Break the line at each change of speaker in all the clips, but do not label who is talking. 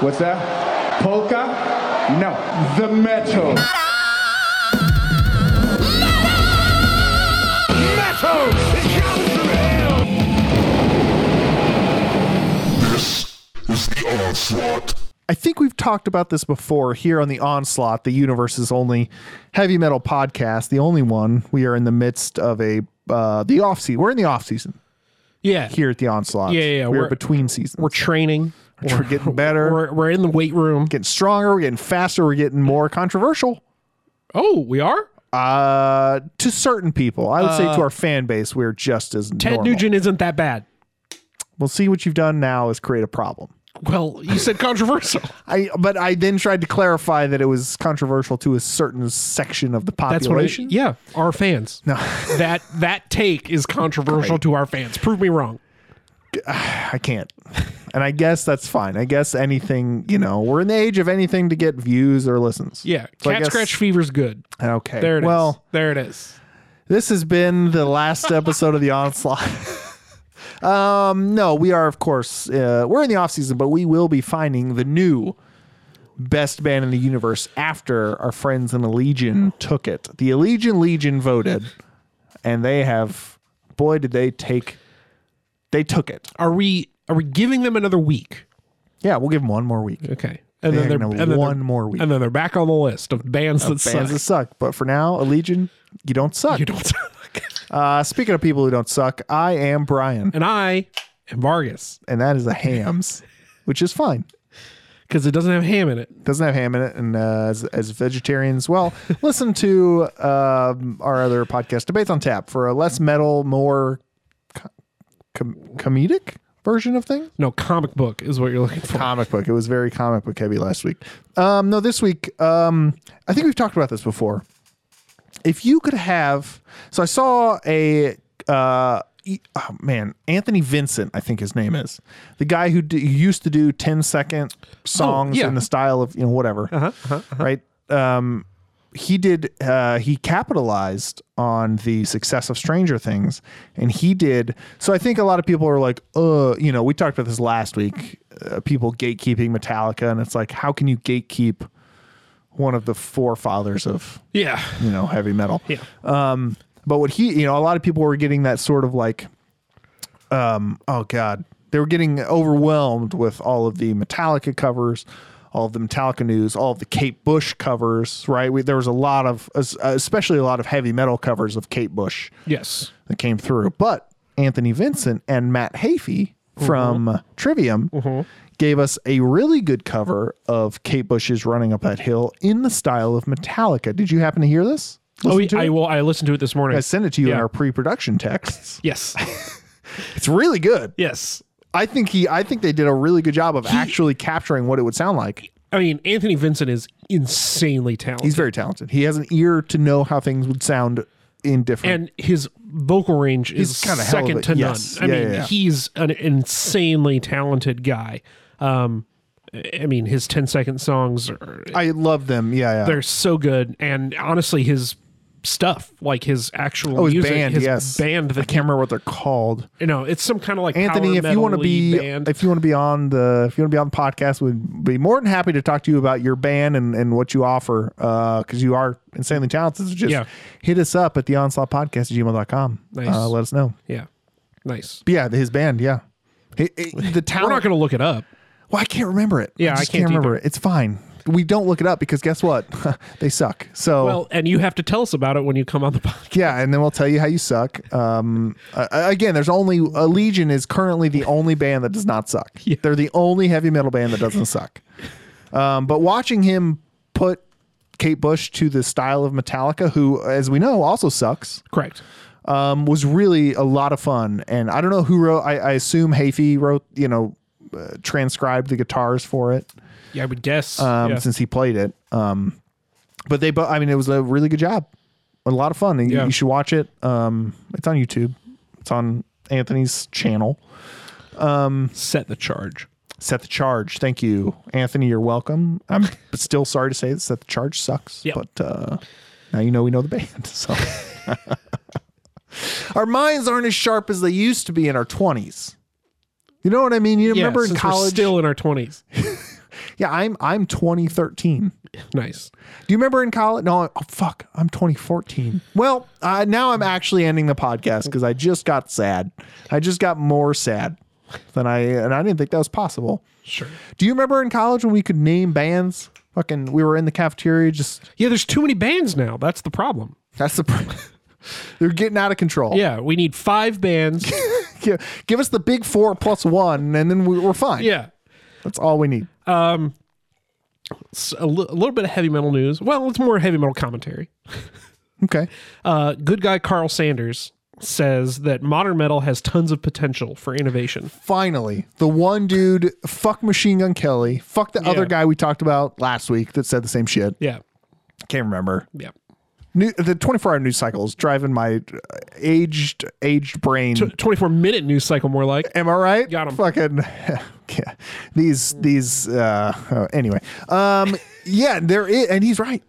What's that? Polka? No. The metal.
Metal! It comes from hell!
This is the onslaught.
I think we've talked about this before here on the Onslaught, the universe's only heavy metal podcast, the only one. We are in the midst of a uh, the off season. We're in the off season
Yeah.
here at the Onslaught.
Yeah, yeah, yeah.
We're,
We're-
between seasons.
We're training.
We're getting better.
We're, we're in the weight room.
getting stronger. We're getting faster. We're getting more controversial.
Oh, we are?
Uh, to certain people, I would say to our fan base, we're just as
Uh, Ted
normal.
Nugent isn't that bad.
We'll see what you've done now is create a problem.
Well, you said controversial.
I but I then tried to clarify that it was controversial to a certain section of the
That's what I,
population.
yeah, our fans. No. that that take is controversial to our fans. Prove me wrong.
I can't. And I guess that's fine. I guess anything, you know, we're in the age of anything to get views or listens.
Yeah.
So I
Cat
guess-
scratch fever's good.
Okay.
There it is.
well,
there it is.
this has been the last episode of the onslaught. um, no, we are of course uh, we're in the off season, but we will be finding the new best band in the universe after our friends in the Legion took it. The Allegiant Legion voted, and they have boy did they take they took it.
Are we are we giving them another week?
Yeah, we'll give them one more week.
Okay. And
They're
then
gonna
they're and then
one
they're-
more week.
And then they're back on the list of bands that
Bands that
suck.
suck, but for now, Allegiant, you don't suck.
You don't
Uh, speaking of people who don't suck, I am Brian,
And I am Vargas
and that is a hams, which is fine.
because it doesn't have ham in it.
doesn't have ham in it and uh, as, as vegetarians well listen to um, our other podcast debates on tap for a less metal more com- comedic version of things
No, comic book is what you're looking for.
comic book it was very comic book heavy last week um, no this week um, i think we've talked about this before if you could have so i saw a uh, e- oh, man anthony vincent i think his name is the guy who, d- who used to do 10 second songs
Oh, yeah. Uh-huh,
in the style of you know whatever right um, he did uh, he capitalized on the success of stranger things and he did so i think a lot of people are like uh you know we talked about this last week uh, people gatekeeping metallica and it's like how can you gatekeep one of the forefathers of
Yeah.
you know heavy metal
Yeah.
but what he, you know, a lot of people were getting that sort of like, um, oh god, they were getting overwhelmed with all of the Metallica covers, all of the Metallica news, all of the Kate Bush covers. Right, we, there was a lot of, es- especially a lot of heavy metal covers of Kate Bush
Yes.
that came through. But Anthony Vincent and Matt Hafey
Mm-hmm.
from Trivium gave us a really good cover of Kate Bush's "Running Up That Hill" in the style of Metallica. Did you happen to hear this?
Oh,
Listen to it?
I will. I listened to it this morning.
I sent it to you in
Yeah.
our pre-production texts.
Yes.
It's really good.
yes.
I think he I think they did a really good job of actually capturing what it would sound like.
I mean, Anthony Vincent is insanely talented.
He's very talented. He has an ear to know how things would sound in different
and his vocal range is
He's kinda hell of
second
a-
to
yes.
none. I
Yeah,
mean,
yeah, yeah.
he's an insanely talented guy. Um, I mean, his 10 second songs are
I love them. Yeah, yeah.
they're so good, and honestly, his stuff like his actual
oh, his
music,
band,
his
yes.
band
I
that
can't remember what they're called.
you know, it's some kind of like
Anthony,
power
if you want to
metal-y
be
band.
if you want to be on the if you want to be on the podcast, we'd be more than happy to talk to you about your band and, and what you offer. Uh because you are insanely talented. So just
Yeah.
hit us up at the onslaught podcast at gmail.com.
Nice.
Uh, let us know.
yeah, nice.
But yeah, his band, yeah. He- he- the
We're
talent
not going to look it up.
Well, I can't remember it.
Yeah,
I,
I
just
can't
can't, remember
either.
it. It's fine. We don't look it up because guess what? they suck. So
Well, and you have to tell us about it when you come on the podcast.
yeah, and then we'll tell you how you suck. Um, uh, again, there's only uh, Legion is currently the only band that does not suck. They're the only heavy metal band that doesn't suck. Um, but watching him put Kate Bush to the style of Metallica, who, as we know, also sucks.
Correct.
um, was really a lot of fun. And I don't know who wrote. I, I assume Hafey wrote. You know, uh, transcribed the guitars for it
Yeah, I would guess.
um,
yeah.
since he played it. Um, but they, but I mean, it was a really good job. A lot of fun. And you-
Yeah.
You should watch it. Um, it's on YouTube. It's on Anthony's channel.
Set the charge.
Set the charge. Thank you, Anthony. You're welcome. I'm still sorry to say this, that the charge sucks,
Yeah.
but uh, now you know we know the band. So our minds aren't as sharp as they used to be in our 20s. You know what I mean? You
Yeah,
remember in
since we're
college,
still in our twenties.
Yeah, I'm I'm 2013.
Nice.
Do you remember in college? No, oh, fuck, I'm 2014. Well, uh, now I'm actually ending the podcast because I just got sad. I just got more sad than I, and I didn't think that was possible.
Sure.
Do you remember in college when we could name bands? Fucking, we were in the cafeteria. Just
Yeah, there's too many bands now. That's the problem.
that's the. pr- They're getting out of control.
Yeah, we need five bands.
Gi- Give us the big four plus one, and then we, we're fine.
yeah.
That's all we need.
S- A li- a little bit of heavy metal news. Well, it's more heavy metal commentary.
Okay.
Uh, good guy Carl Sanders says that modern metal has tons of potential for innovation.
Finally, the one dude, fuck Machine Gun Kelly, fuck the other
Yeah.
guy we talked about last week that said the same shit.
Yeah.
Can't remember.
Yeah.
New, the 24 hour news cycle is driving my uh, aged aged brain.
24 minute news cycle, more like.
Am I right?
Got 'em.
Fucking yeah. these these uh oh, anyway. Um yeah, there is and he's right.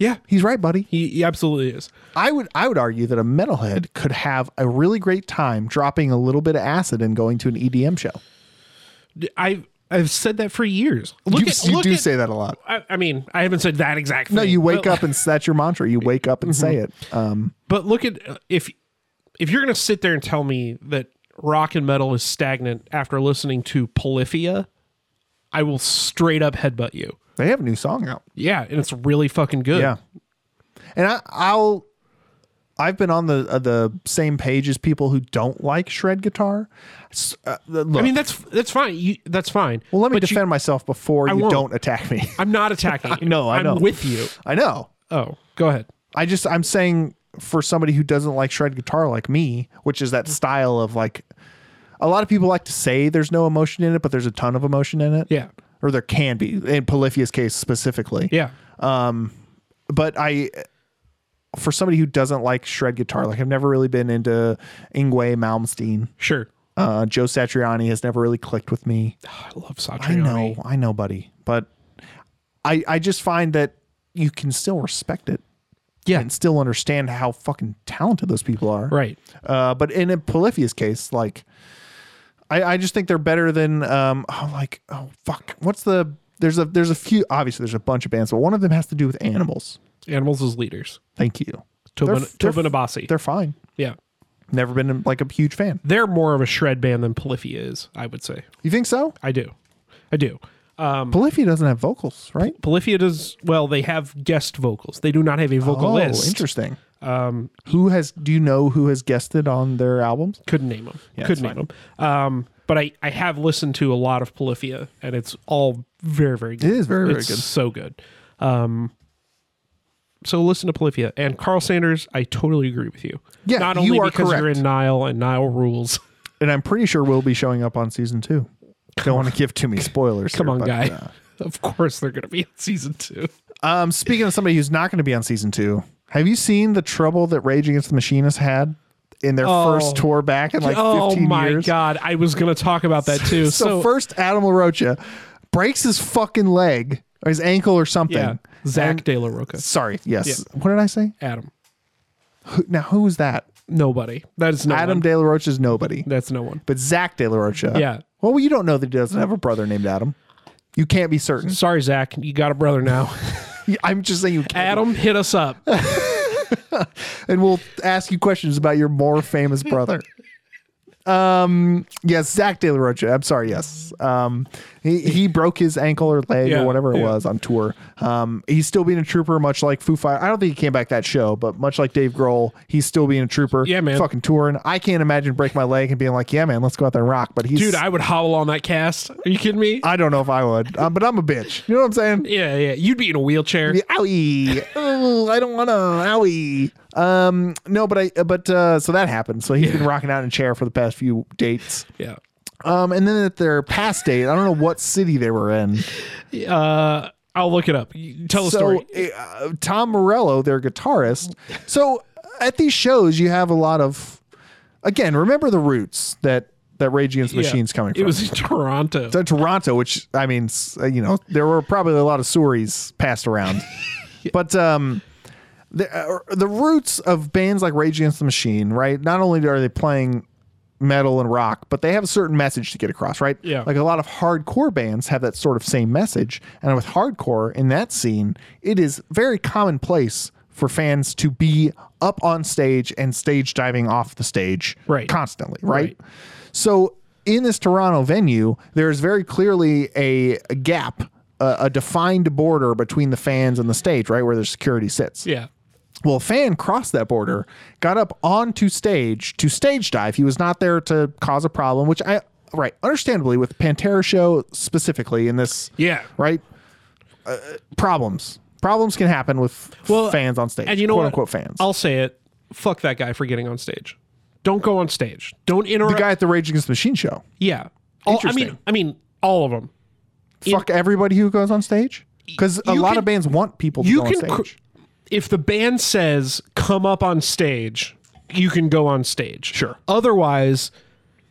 Yeah.
He's right, buddy.
He, he absolutely is.
I would I would argue that a metalhead could have a really great time dropping a little bit of acid and going to an EDM show.
I've, I've said that for years. Look
you
at,
you
look
do
at-
say that a lot.
I, I mean, I haven't said that exact
No,
thing, Mm-hmm.
you wake
but-
up and s- that's your mantra. You wake up and say it. Um
But look at uh, if if you're going to sit there and tell me that rock and metal is stagnant after listening to Polyphia, I will straight up headbutt you.
they have a new song out.
Yeah, and it's really fucking good.
Yeah. And I, I'll, I've been on the uh, the same page as people who don't like shred guitar. S- uh, the- look,
I mean that's that's fine. You, that's fine.
well, let me
But you-
defend myself before you
won't.
don't attack me.
I'm not attacking. you.
know, I
I'm
know.
with you.
I know.
Oh, go ahead.
I just, I'm saying for somebody who doesn't like shred guitar like me, which is
Mm.
that style of like, a lot of people like to say there's no emotion in it, but there's a ton of emotion in it.
Yeah.
Or there can be in Polyphia's case specifically.
Yeah.
but I for somebody who doesn't like shred guitar, like I've never really been into Ingwe Malmsteen.
Sure.
Uh, Joe Satriani has never really clicked with me.
I love
I
Satriani.
know, I know, buddy, but I I just find that you can still respect it
Yeah.
and still understand how fucking talented those people are.
Right.
Uh, but in a Polypheus case, like I, I just think they're better than um oh, like oh fuck what's the there's a there's a few obviously there's a bunch of bands but one of them has to do with animals.
Animals as leaders.
Thank you.
Tobin,
They're-
Tobin
they're-
Abasi.
They're fine.
yeah.
Never been like a huge fan.
They're more of a shred band than Polyphia is, I would say.
You think so?
I do. I do.
Polyphia doesn't have vocals, right?
Polyphia does well. They have guest vocals. They do not have a vocalist.
Oh, interesting. Um, who has? Do you know who has guested on their albums?
Couldn't name them.
Yeah,
Couldn't
it's
name them. Um, but I, I have listened to a lot of Polyphia, and it's all very very good.
It is very, very
It's
good.
So good. Um, so listen to Polyphia and Carl Sanders. I totally agree with you.
Yeah,
not
you
only
are
because you're
correct.
in Nile and Nile rules.
And I'm pretty sure we'll be showing up on season two. Don't want to give too many spoilers.
Come
here,
on,
but,
guy.
uh,
of course they're going to be in season two.
um, speaking of somebody who's not going to be on season two, have you seen the trouble that Rage Against the Machine has had in their
Oh.
first tour back in like 15
oh my
years?
god! I was going to talk about that
So,
too. so
first, Adam LaRocha breaks his fucking leg or his ankle or something.
yeah, Zach
And-
De La Roca,
Sorry. Yes.
Yeah.
What did I say?
Adam.
Who, now, who was that?
Nobody. That is no
Adam
one.
De La Rocha's nobody,
That's no one.
but Zach De La Rocha.
Yeah.
Well, you don't know that he doesn't have a brother named Adam. You can't be certain.
Sorry, Zach. You got a brother now.
I'm just saying you can't.
Adam, hit us up.
And we'll ask you questions about your more famous brother. um. Yes, Zach De La Rocha. I'm sorry. Yes. Um. He he broke his ankle or leg
Yeah,
or whatever it
yeah.
was on tour. Um. He's still being a trooper, much like Foo Fighters. I don't think he came back that show, but much like Dave Grohl, he's still being a trooper.
Yeah, man.
Fucking touring. I can't imagine break my leg and being like, yeah, man, let's go out there and rock. But he's
Dude, I would howl on that cast. Are you kidding me?
I don't know if I would, uh, but I'm a bitch. You know what I'm saying?
yeah, yeah. You'd be in a wheelchair.
Owie, oh, I don't want to. Owie. Um, no, but I, but uh, so that happened. So he's been rocking out in a chair for the past few dates.
Yeah.
Um, and then at their past date, I don't know what city they were in.
Uh, I'll look it up. You- Tell a
So
story.
uh, Tom Morello, their guitarist. So at these shows, you have a lot of, again, remember the roots that that Rage Against the
Yeah.
Machine's coming from.
It was in Toronto.
So Toronto, which I mean, s- uh, you know, there were probably a lot of Suries passed around, but um, the uh, the roots of bands like Rage Against the Machine, right? Not only are they playing metal and rock, but they have a certain message to get across, right?
Yeah.
Like a lot of hardcore bands have that sort of same message. And with hardcore in that scene, it is very commonplace for fans to be up on stage and stage diving off the stage
Right.
constantly, right? So in this Toronto venue, there is very clearly a, a gap, a, a defined border between the fans and the stage, right? Where the security sits.
Yeah.
Well, a fan crossed that border, got up onto stage to stage dive. He was not there to cause a problem, which I right understandably with Pantera show specifically in this
Yeah.
right Uh, problems problems can happen with
Well,
fans on stage
And you know
quote
what?
unquote fans
I'll say it. Fuck that guy for getting on stage. Don't go on stage. Don't interrupt.
the guy at the Rage Against the Machine show
yeah. All, I
Interesting.
mean, I mean, all of them.
fuck everybody who goes on stage because a
You
lot
can-
of bands want people to
You
go
can,
on
cr-
stage
if the band says come up on stage, you can go on stage.
Sure.
Otherwise,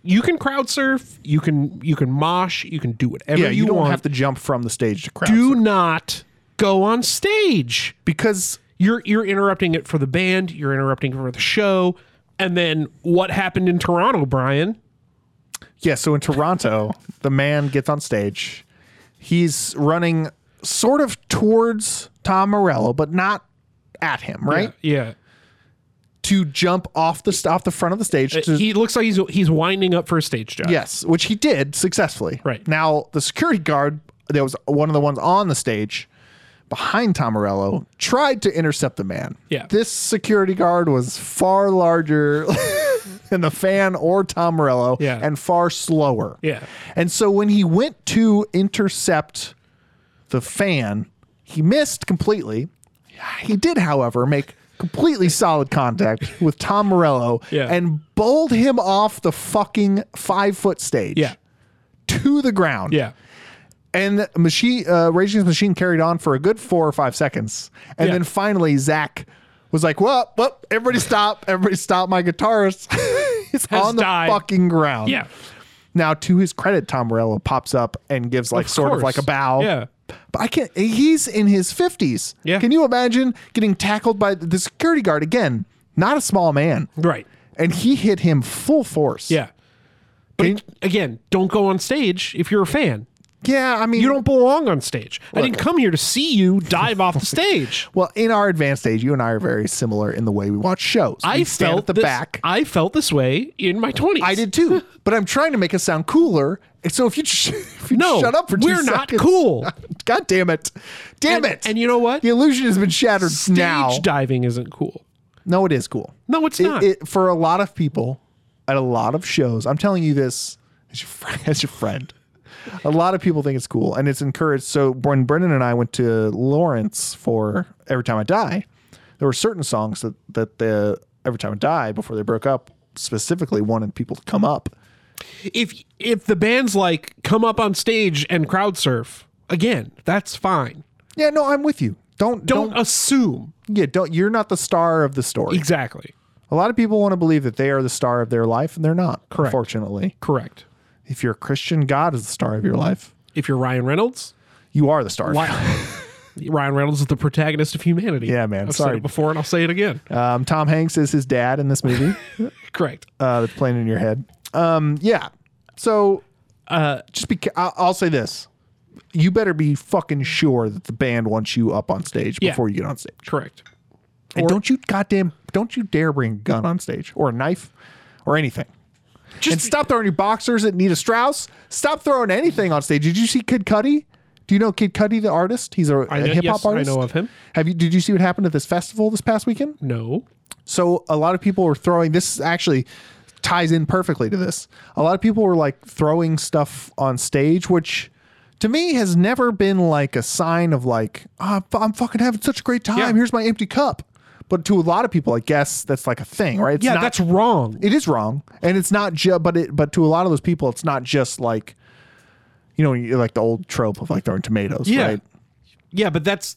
you can crowd surf. You can you can mosh. You can do whatever
yeah you,
you,
don't
want.
have to jump from the stage to crowd
do
surf.
not go on stage.
because
You're you're interrupting it for the band. You're interrupting it for the show. And then what happened in Toronto, Brian?
Yeah, so in Toronto, the man gets on stage. He's running sort of towards Tom Morello, but not at him, right?
Yeah.
To jump off the st- off the front of the stage. To,
he looks like he's he's winding up for a stage job.
yes, which he did successfully.
Right.
Now, the security guard that was one of the ones on the stage behind Tom Morello tried to intercept the man.
Yeah.
This security guard was far larger than the fan or Tom Morello
Yeah.
and far slower.
Yeah.
And so when he went to intercept the fan, he missed completely. He did, however, make completely solid contact with Tom Morello
Yeah.
and bowled him off the fucking five foot stage
Yeah.
to the ground.
Yeah.
And the machine, uh, Rage Against the Machine carried on for a good four or five seconds. And
Yeah.
then finally, Zach was like, well, well, everybody stop. Everybody stop. My guitarist is
Has
on the
died.
fucking ground.
Yeah.
Now, to his credit, Tom Morello pops up and gives like
Of
sort of
course.
like a bow.
Yeah.
But I can't, he's in his 50s.
Yeah.
Can you imagine getting tackled by the security guard again? Not a small man.
Right.
And he hit him full force.
Yeah. But
Can-
again, don't go on stage if you're a fan.
Yeah. I mean,
You don't belong on stage. I didn't come here to see you dive off the stage.
Well, in our advanced age, you and I are very similar in the way we watch shows.
I
we stand
felt
at the
this,
back.
I felt this way in my twenties.
I did too, but I'm trying to make us sound cooler. And So if you, sh- if you
No,
shut up for two
we're not
seconds-
cool.
God damn it, damn
And-
it!
and you know what?
The illusion has been shattered
Stage
now.
diving isn't cool.
no, it is cool.
No, it's
It-
not.
it- for a lot of people at a lot of shows. I'm telling you this as your friend. As your friend. A lot of people think it's cool and it's encouraged. So when Brendan and I went to Lawrence for Every Time I Die, there were certain songs that that the Every Time I Die before they broke up specifically wanted people to come up.
if if the band's like come up on stage and crowd surf again, that's fine.
Yeah, no, I'm with you. Don't
Don't, uh,
don't,
assume
yeah, don't you're not the star of the story.
exactly
A lot of people want to believe that they are the star of their life and they're not,
Correct.
unfortunately.
correct.
If you're a Christian, God is the star of your life.
If you're Ryan Reynolds,
You are the star. of your
Why- Ryan Reynolds is the protagonist of humanity.
Yeah, man,
I've said
sorry.
it before, and I'll say it again.
Um, Tom Hanks is his dad in this movie.
Correct.
uh, that's playing in your head. Um, yeah. So, uh, just be. ca- I'll, I'll say this: you better be fucking sure that the band wants you up on stage
Yeah.
before you get on stage.
Correct.
and don't you goddamn don't you dare bring a gun on stage or a knife or anything. and stop throwing your boxers at Nita Strauss. Stop throwing anything on stage. Did you see Kid Cudi? Do you know Kid Cudi, the artist? He's a,
know-
hip hop
yes, I
artist.
know of him.
Have you? Did you see what happened at this festival this past weekend?
No.
So a lot of people were throwing this actually ties in perfectly to this. A lot of people were like throwing stuff on stage which to me has never been like a sign of like "Ah, f- I'm fucking having such a great time.
Yeah.
Here's my empty cup. But to a lot of people I guess that's like a thing, right? It's
Yeah,
not-
that's wrong.
it is wrong and it's not just but it but to a lot of those people it's not just like you know you- like the old trope of like throwing tomatoes,
yeah.
right?
Yeah, but that's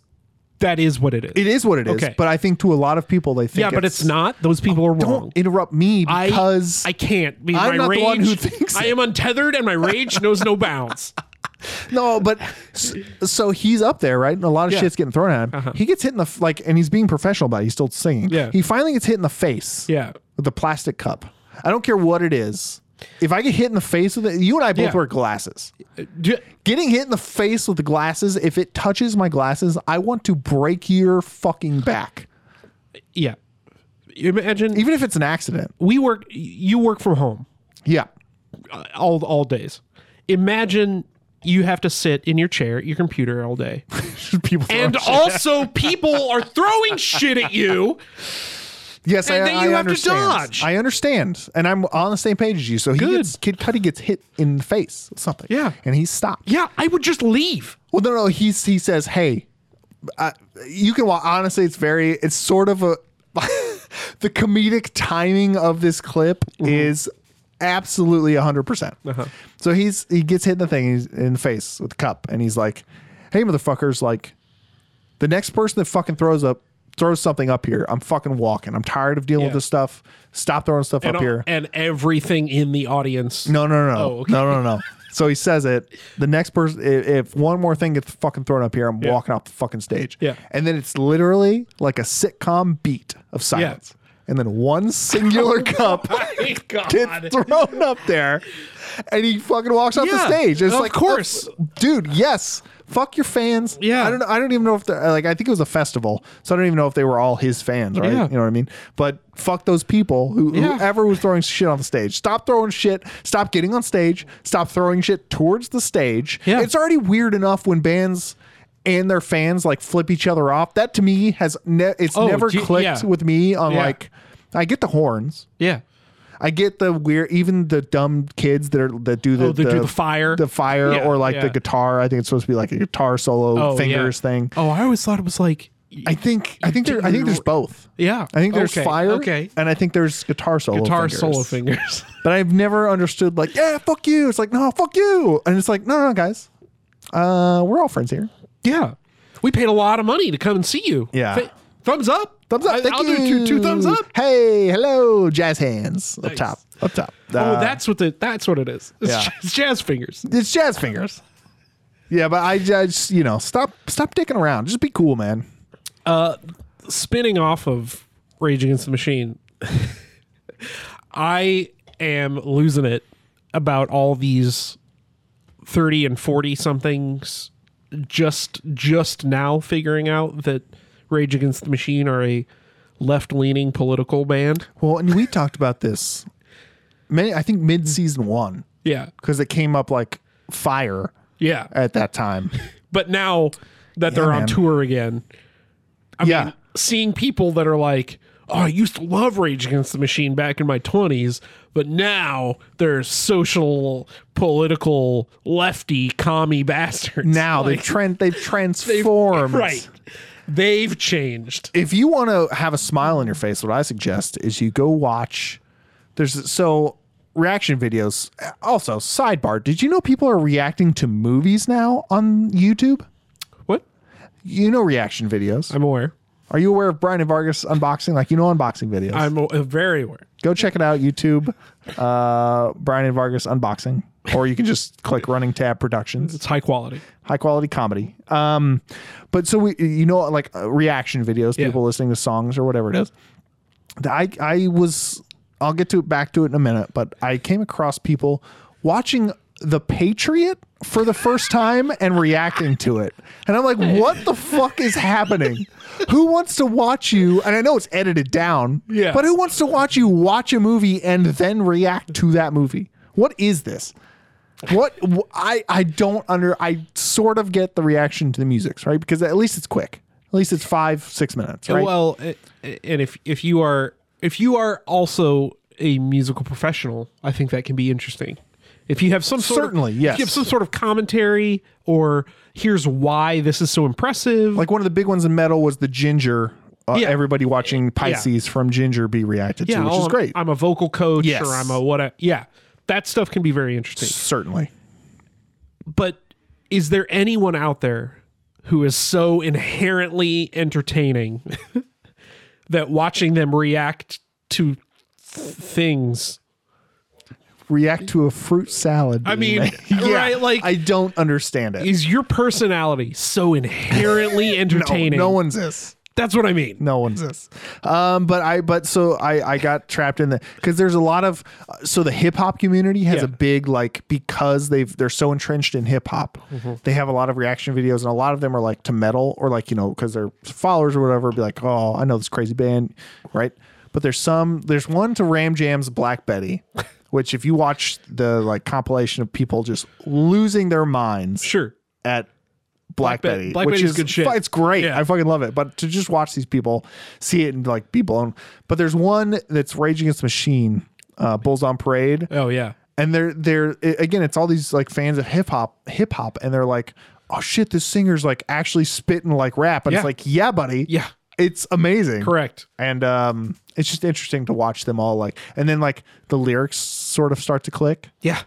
that is what it is.
It is what it is,
Okay.
but I think to a lot of people they think
yeah, but it's, not. Those people are
Don't
wrong.
interrupt me
I-
because
I, can't. Because
I'm
my
not the
rage,
one who thinks
I
it.
am untethered and my rage knows no bounds.
No, but s- so he's up there, right? And a lot of
Yeah. Uh-huh.
shit's getting thrown at him. He gets hit in the f- like, and he's being professional about it. He's still singing.
Yeah.
He finally gets hit in the face.
Yeah.
With the plastic cup. I don't care what it is. If I get hit in the face with it, you and I both
Yeah.
wear glasses.
Do-
Getting hit in the face with the glasses, if it touches my glasses, I want to break your fucking back.
yeah. Imagine
Even if it's an accident.
we work. You work from home
Yeah.
all all days. Imagine you have to sit in your chair at your computer all day,
People throw
and
Oh, shit.
also people are throwing shit at you.
yes,
and
I,
then
I
you have to
understand.
dodge.
I understand, and I'm on the same page as you. So he
Good.
gets Kid Cudi gets hit in the face with something.
Yeah.
and he stopped.
Yeah, I would just leave.
Well, no, no, he he says, "Hey, uh, you can walk." Honestly, it's very, it's sort of a the comedic timing of this clip is absolutely hundred percent. So he's he gets hit in the thing, he's in the face with the cup, and he's like, "Hey, motherfuckers! Like, the next person that fucking throws up." Throws something up here. I'm fucking walking. I'm tired of dealing with
Yeah.
this stuff. Stop throwing stuff
And,
up
all-
here.
and everything in the audience.
No, no, no,
Oh, okay.
no, no, no. So he says it. The next person, if, if one more thing gets fucking thrown up here, I'm
Yeah.
walking off the fucking stage.
Yeah.
And then it's literally like a sitcom beat of silence. And then one singular cup
My God.
gets thrown up there, and he fucking walks off the
Yeah,
stage. It's
of
like, oh,
course.
dude. Yes, fuck your fans.
Yeah.
I don't. know- I don't even know if they're like. I think it was a festival, so I don't even know if they were all his fans. Right?
Yeah.
You know what I mean? But fuck those people who
Yeah.
whoever was throwing shit on the stage. Stop throwing shit. Stop getting on stage. Stop throwing shit towards the stage.
Yeah.
It's already weird enough when bands. And their fans like flip each other off. That to me has ne- it's
Oh,
never
gee,
clicked
yeah.
with me. On
Yeah.
like, I get the horns,
Yeah.
I get the weird, even the dumb kids that are that do the
Oh, they do the fire.
the fire,
Yeah,
or like the
yeah.
guitar. I think it's supposed to be like a guitar solo,
yeah.
fingers thing.
Oh, I always thought it was like.
I think I think there, I think there's both.
Yeah.
I think there's
Okay,
fire,
okay.
and I think there's guitar solo,
guitar
fingers.
solo fingers.
But I've never understood like, yeah, fuck you. It's like, no, fuck you, and it's like, no, no, guys, uh, we're all friends here.
yeah. We paid a lot of money to come and see you.
Yeah.
Th- thumbs up.
Thumbs up.
I,
thank
will
you.
do two, two thumbs up.
Hey, hello, jazz hands up
Nice.
top, up top.
oh, that's what the that's what it is. It's,
Uh, yeah.
it's jazz fingers.
it's jazz fingers. Yeah, but I just you know stop stop dicking around. Just be cool, man.
spinning off of Rage Against the Machine, I am losing it about all these 30 and 40 somethings just just now figuring out that Rage Against the Machine are a left-leaning political band.
Well, and we talked about this. Many, I think mid season one
Yeah.
because it came up like fire
Yeah.
at that time.
But now that they're on
man.
tour again, I
Yeah.
mean, seeing people that are like, "Oh, I used to love Rage Against the Machine back in my 20s, but now they're social, political, lefty, commie bastards."
Now
Like,
they've trend they've transformed.
right. They've changed.
If you want to have a smile on your face, what I suggest is you go watch. There's so reaction videos. Also, sidebar: Did you know people are reacting to movies now on YouTube?
What?
You know reaction videos.
I'm aware.
Are you aware of Brian and Vargas unboxing? Like you know unboxing videos.
I'm a- very aware.
Go check it out, YouTube. Uh, Brian and Vargas unboxing, or you can just click Running Tab Productions.
It's high quality.
High quality comedy. Um, but so we, you know, like uh, reaction videos,
Yeah.
people listening to songs or whatever it is. The- I I was I'll get to back to it in a minute, but I came across people watching The Patriot for the first time and reacting to it. And I'm like, what the fuck is happening? Who wants to watch you? And I know it's edited down,
Yeah.
but who wants to watch you watch a movie and then react to that movie? What is this? What wh- I I don't under I sort of get the reaction to the musics right because at least it's quick. At least it's five six minutes. Right?
Well, a- a- and if if you are if you are also a musical professional, I think that can be interesting. If you have some sort
Certainly,
of,
yes.
if you have some sort of commentary or here's why this is so impressive,
like one of the big ones in metal was the ginger. Uh,
Yeah.
Everybody watching Pisces from Ginger be reacted to, which
oh,
is
I'm-
great.
I'm a vocal coach
Yes.
or I'm a what? A, yeah, that stuff can be very interesting.
Certainly.
But is there anyone out there who is so inherently entertaining that watching them react to th- things
React to a fruit salad.
I
being
mean,
made. yeah,
right, like-
I don't understand it.
is your personality so inherently
no,
entertaining
no one's this.
That's what I mean.
no one exists. Um, but I but so I I got trapped in the because there's a lot of so the hip hop community has
Yeah.
a big like because they've they're so entrenched in hip hop, they have a lot of reaction videos and a lot of them are like to metal or like you know because their followers or whatever be like oh I know this crazy band right, but there's some there's one to Ram Jam's Black Betty. Which, if you watch the like compilation of people just losing their minds,
Sure.
at Black,
Black Bet-
Betty,
Black
which
Betty's
is
good shit.
fu- It's great.
Yeah.
I fucking love it. But to just watch these people see it and like be blown. But there's one that's Rage Against the Machine, uh, Bulls on Parade,
Oh yeah.
and they're they're i- again, it's all these like fans of hip hop, hip hop, and they're like, oh shit, this singer's like actually spitting like rap, and
Yeah.
it's like, yeah, buddy,
Yeah.
it's amazing,
Correct.
And um, it's just interesting to watch them all like, and then like the lyrics sort of start to click
Yeah.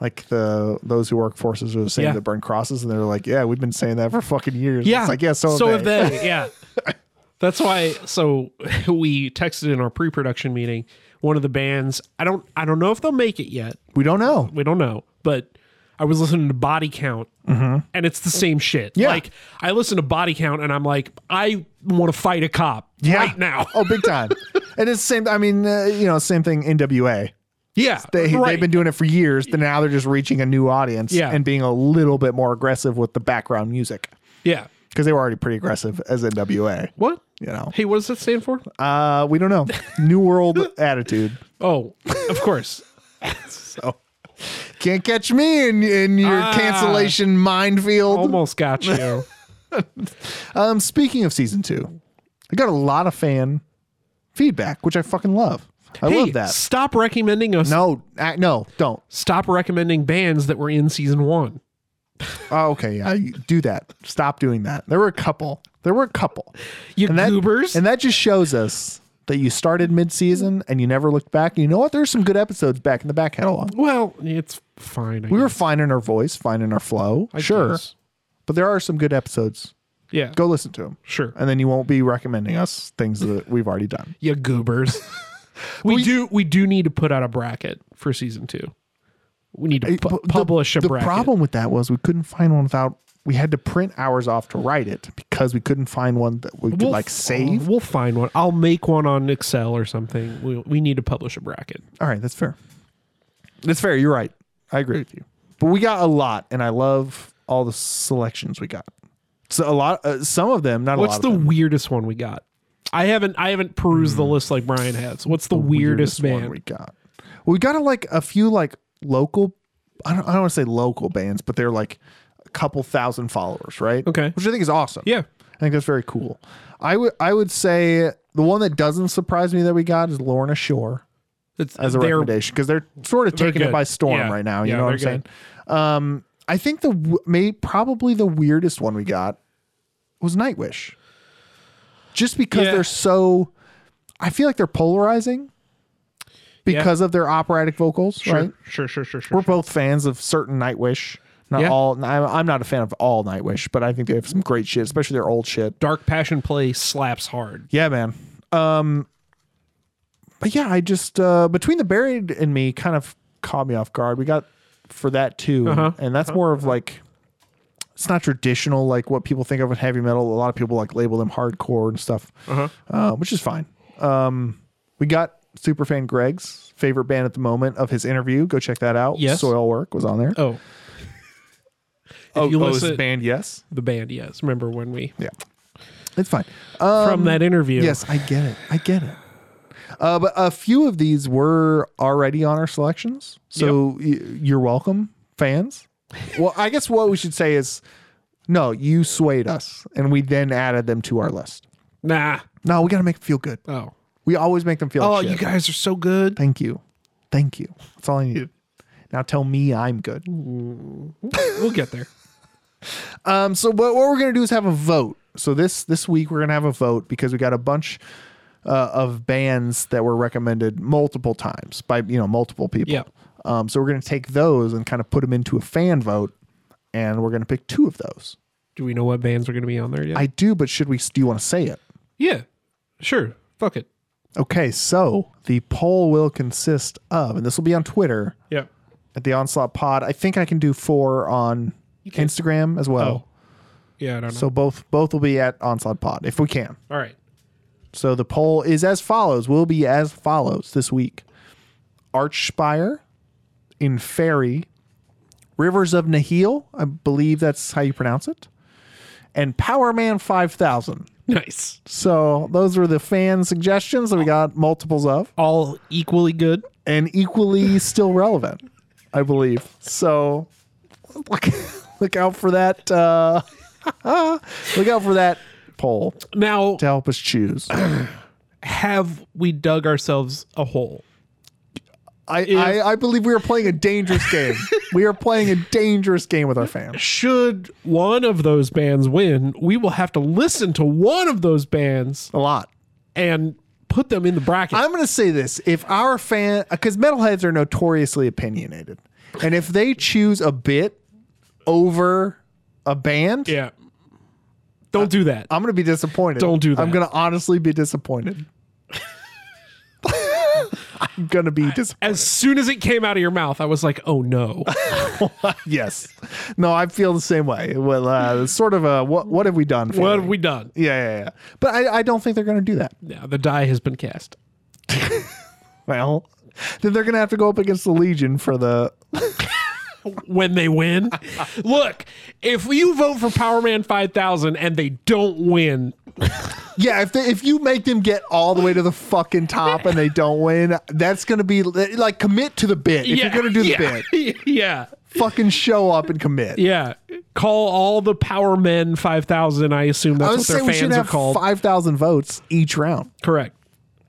like the those who work forces are the same
Yeah.
that burn crosses, and they're like, yeah, we've been saying that for fucking years.
Yeah.
it's like yeah, so, have
have
they.
they. Yeah. That's why. So we texted in our pre-production meeting. One of the bands. I don't. I don't know if they'll make it yet.
we don't know.
we don't know. But I was listening to Body Count, and it's the same shit.
Mm-hmm. Yeah.
Like I listen to Body Count, and I'm like, I want to fight a cop
Yeah,
right now.
oh, big time. and it's the same. I mean, uh, you know, same thing. NWA.
yeah,
They
right.
they've been doing it for years. Then now they're just reaching a new audience
Yeah.
and being a little bit more aggressive with the background music
yeah.
because they were already pretty aggressive as NWA.
What?
You know,
Hey, what does that stand for?
uh, we don't know. New World Attitude.
oh, of course.
So can't catch me in in your
Ah. Oh,
cancellation minefield.
Almost got you.
Um, speaking of season two, I got a lot of fan feedback, which I fucking love. I
hey,
love that.
Stop recommending us.
No, I, no, don't.
Stop recommending bands that were in season one.
Oh, okay, yeah, you- do that. Stop doing that. There were a couple. There were a couple.
You
And that,
goobers.
And that just shows us that you started mid-season and you never looked back. And you know what? There's some good episodes back in the back catalog.
well, it's fine. I
We were
guess.
finding our voice, finding our flow.
I
sure.
guess.
But there are some good episodes.
Yeah.
Go listen to them.
Sure.
And then you won't be recommending us things that we've already done.
you goobers. we do we do need to put out a bracket for season two. We need to
Hey,
pu-
but the-
publish a
the
bracket.
problem with that was we couldn't find one without. We had to print hours off to write it because we couldn't find one that we could
We'll
like
f-
save.
We'll find one. I'll make one on Excel or something. We, we need to publish a bracket.
All right, that's fair. That's fair. You're right. I agree with you. But we got a lot, and I love all the selections we got. So a lot, uh, some of them, not
What's
a lot.
the
of them. Hmm.
weirdest one we got? I haven't I haven't perused the list like Brian has. What's the, weirdest,
one
band?
we got? We got a, like a few like local. I don't, I don't want to say local bands, but they're like a couple thousand followers, right?
Okay.
which I think is awesome.
Yeah.
I think that's very cool. I would I would say the one that doesn't surprise me that we got is Lorna Shore
It's
as a
they're-
recommendation because they're sort of
They're
taking it
good.
by storm
Yeah.
right now. You
Yeah,
know what I'm
they're
saying? Um, I think the w- may probably the weirdest one we got was Nightwish, just because
Yeah.
they're so. I feel like they're polarizing because of their operatic vocals,
Sure,
right?
sure, sure, sure, sure.
We're both fans of certain Nightwish. Not
Yeah.
all. I'm I'm not a fan of all Nightwish, but I think they have some great shit, especially their old shit.
Dark Passion Play slaps hard.
Yeah, man. Um, but yeah, I just uh, between the buried and me kind of caught me off guard. We got for that too,
Uh-huh.
and that's more of like it's not traditional like what people think of with heavy metal. A lot of people like label them hardcore and stuff, uh which is fine. Um, we got superfan Greg's favorite band at the moment of his interview. Go check that out.
Yes.
Soil Work was on there.
Oh. If you
oh, his
listen-
band, yes,
The band, yes. Remember when we
yeah, it's fine.
from that interview.
Um, Yes, I get it. I get it. Uh, but a few of these were already on our selections, so y- you're welcome, fans. Well, I guess what we should say is, no, you swayed us, and we then added them to our list.
Nah.
No, we got to make them feel good.
Oh.
We always make them feel.
Oh,
like shit.
you guys are so good.
Thank you, thank you. That's all I needed. Now tell me I'm good.
We'll get there.
Um, so what, what we're gonna do is have a vote. So this this week we're gonna have a vote because we got a bunch uh, of bands that were recommended multiple times by you know multiple people.
Yeah.
Um, so we're gonna take those and kind of put them into a fan vote, and we're gonna pick two of those.
Do we know what bands are going to be on there yet?
I do, but should we? Do you want to say it?
yeah, sure. Fuck it.
Okay, so the poll will consist of, and this will be on Twitter
Yeah.
at the Onslaught Pod. I think I can do four on Instagram as well.
Yeah, I don't know.
So both both will be at Onslaught Pod if we can.
All right.
So the poll is as follows. Will be as follows this week: Archspire, in Fairy, Rivers of Nihil. I believe that's how you pronounce it, and Power Man Five Thousand.
Nice.
So those were the fan suggestions that we got multiples of,
All equally good.
and equally still relevant, I believe. So look look out for that. Uh, look out for that poll
Now,
to help us choose.
have we dug ourselves a hole?
I, I, I believe we are playing a dangerous game. we are playing a dangerous game with our fans.
Should one of those bands win, we will have to listen to one of those bands
A lot.
and put them in the bracket.
I'm going to say this. If our fan, because metalheads are notoriously opinionated, and if they choose a bit over a band,
yeah. Don't do that.
I'm going to be disappointed.
Don't do
I'm
that.
going to honestly be disappointed. I'm going to be disappointed.
as soon as it came out of your mouth, I was like, "Oh no!"
Yes. No, I feel the same way. Well, uh, it's sort of a what, what have we done?
what have
feeling.
we done?
Yeah, yeah, yeah. But I, I don't think they're going to do that.
Now the die has been cast.
Well, then they're gonna have to go up against the Legion for the.
When they win, look, if you vote for Power Man Five Thousand and they don't win,
Yeah, if they, if you make them get all the way to the fucking top and they don't win, that's gonna be like commit to the bit. If
yeah,
you're gonna do the
yeah,
bit,
yeah,
fucking show up and commit.
yeah, call all the Power Men Five Thousand. I assume
I
that's
was
what their
saying we should
fans are
have
called.
five thousand votes each round.
Correct.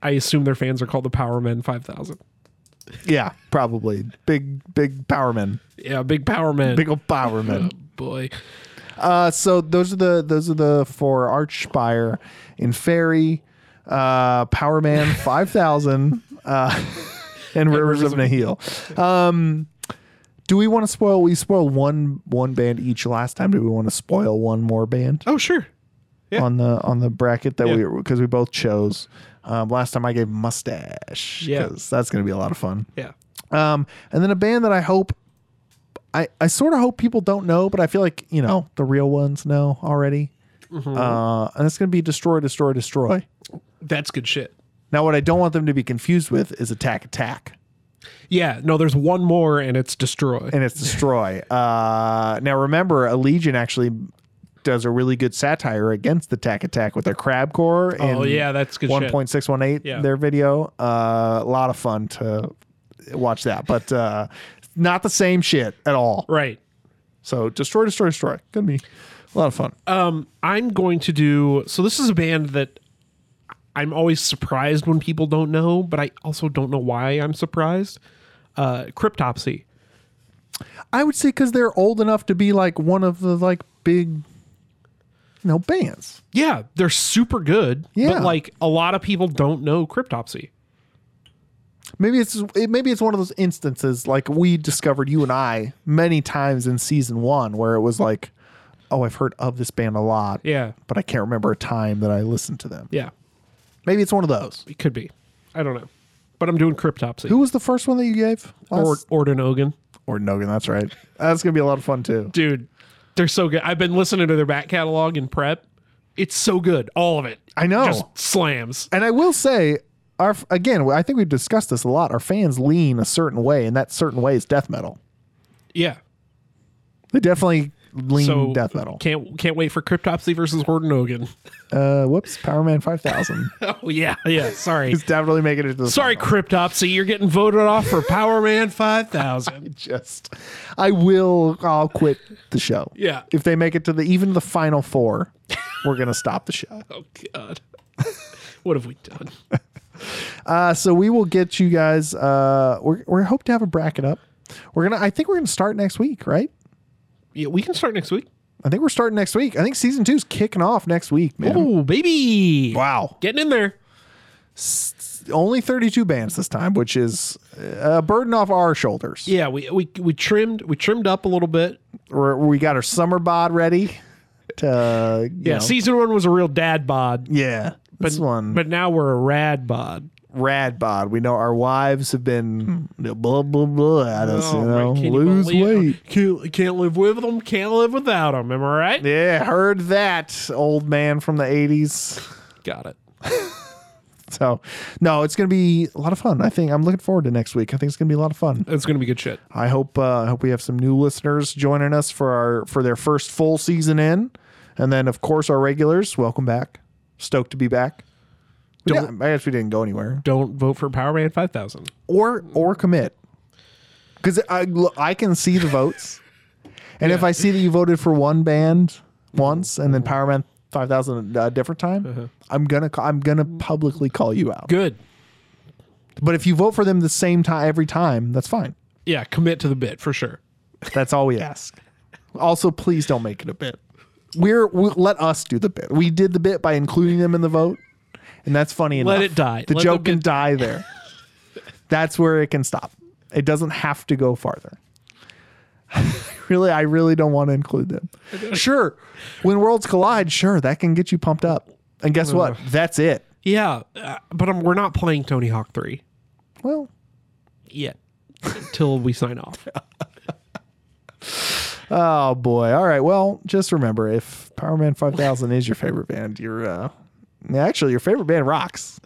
I assume their fans are called the Power Men Five Thousand.
Yeah, probably big big powermen,
Yeah, big Power Men. Oh,
big old powermen.
boy.
Uh, so those are the those are the four Archspire in Fairy, uh, Power Man five thousand, uh, and Rivers of Nihil. Um, do we want to spoil? We spoiled one one band each last time. Do we want to spoil one more band
Oh sure. yeah.
on the on the bracket that we
Yeah.
because we both chose? Um, last time I gave Mustache.
Yeah.
'cause that's gonna be a lot of fun.
Yeah.
Um, and then a band that I hope, I, I sort of hope people don't know, but I feel like, you know, the real ones know already.
Mm-hmm.
Uh, and it's going to be Destroy, Destroy, Destroy.
That's good shit.
Now, what I don't want them to be confused with is Attack, Attack,
Yeah. No, there's one more, and it's destroy.
and it's Destroy. uh, now, remember, Allegiant actually does a really good satire against Attack, Attack with their crab core.
Oh,
in
yeah, that's good shit.
1.618,
Yeah.
their video. Uh, a lot of fun to watch that, but uh, not the same shit at all.
right.
So destroy, destroy, destroy. Gonna be a lot of fun.
Um, I'm going to do. So this is a band that I'm always surprised when people don't know, but I also don't know why I'm surprised. Uh, Cryptopsy.
I would say because they're old enough to be like one of the like big, you know, bands.
Yeah, they're super good.
Yeah.
But like a lot of people don't know Cryptopsy.
Maybe it's it, maybe it's one of those instances like we discovered you and I many times in season one where it was like, oh, I've heard of this band a lot,
Yeah.
but I can't remember a time that I listened to them.
Yeah.
Maybe it's one of those.
It could be. I don't know. But I'm doing Cryptopsy.
Who was the first one that you gave?
or
Last-
Orden Ogan.
or Nogan. That's right. That's gonna be a lot of fun too.
Dude, they're so good. I've been listening to their back catalog in prep. It's so good. All of it.
I know.
Just slams.
and I will say, our again, I think we've discussed this a lot. Our fans lean a certain way, and that certain way is death metal.
Yeah.
They definitely lean
So
death metal.
Can't can't wait for Cryptopsy versus Orden Ogan.
Uh, whoops, Power Man Five Thousand
Oh yeah, yeah. Sorry,
is definitely making it to the
sorry,
final.
Cryptopsy. You're getting voted off for Power Man Five Thousand.
Just, I will. I'll quit the show.
Yeah.
if they make it to the even the final four, we're gonna stop the show.
Oh God, what have we done?
Uh, so we will get you guys. Uh, we're we hope to have a bracket up. We're gonna. I think we're gonna start next week, right?
Yeah, we can start next week.
I think we're starting next week. I think season two's kicking off next week, man.
Oh baby,
Wow.
getting in there.
only 32 bands this time, which is a burden off our shoulders.
Yeah, we we we trimmed we trimmed up a little bit.
We're, we got our summer bod ready. To, you
Yeah,
know.
season one was a real dad bod,
yeah.
but
This one,
but now we're a rad bod.
rad bod. We know our wives have been
Hmm.
blah blah blah at us. you know,
Oh, Can you
lose
believe-
weight.
Can't, can't live with them. Can't live without them. Am I right?
Yeah, heard that, old man from the '80s.
Got it.
So, no, it's gonna be a lot of fun. I think I'm looking forward to next week. I think it's gonna be a lot of fun.
It's gonna be good shit.
I hope uh, I hope we have some new listeners joining us for our for their first full season in, and then of course our regulars. Welcome back. Stoked to be back. We
Don't-
didn't- I guess we didn't go anywhere.
Don't vote for Power Man Five Thousand.
or or commit because I look, I can see the votes, and if I see that you voted for one band once and then Power Man Five Thousand a different time, I'm gonna ca- I'm gonna publicly call you out.
Good.
But if you vote for them the same time every time, that's fine.
Yeah, commit to the bit for sure.
That's all we ask. Also, please don't make it a bit. We're we, let us do the bit. We did the bit by including them in the vote, and that's funny enough.
Let it die.
The
Let the
joke can
bit-
die there. that's where it can stop. It doesn't have to go farther. really, I really don't want to include them. Sure, when worlds collide, sure that can get you pumped up. And guess what? That's it.
Yeah, uh, but um, we're not playing Tony Hawk Three
Well,
yet. Till we sign off.
oh boy. All right. Well, just remember if Power Man Five Thousand is your favorite band, you're uh, actually your favorite band rocks.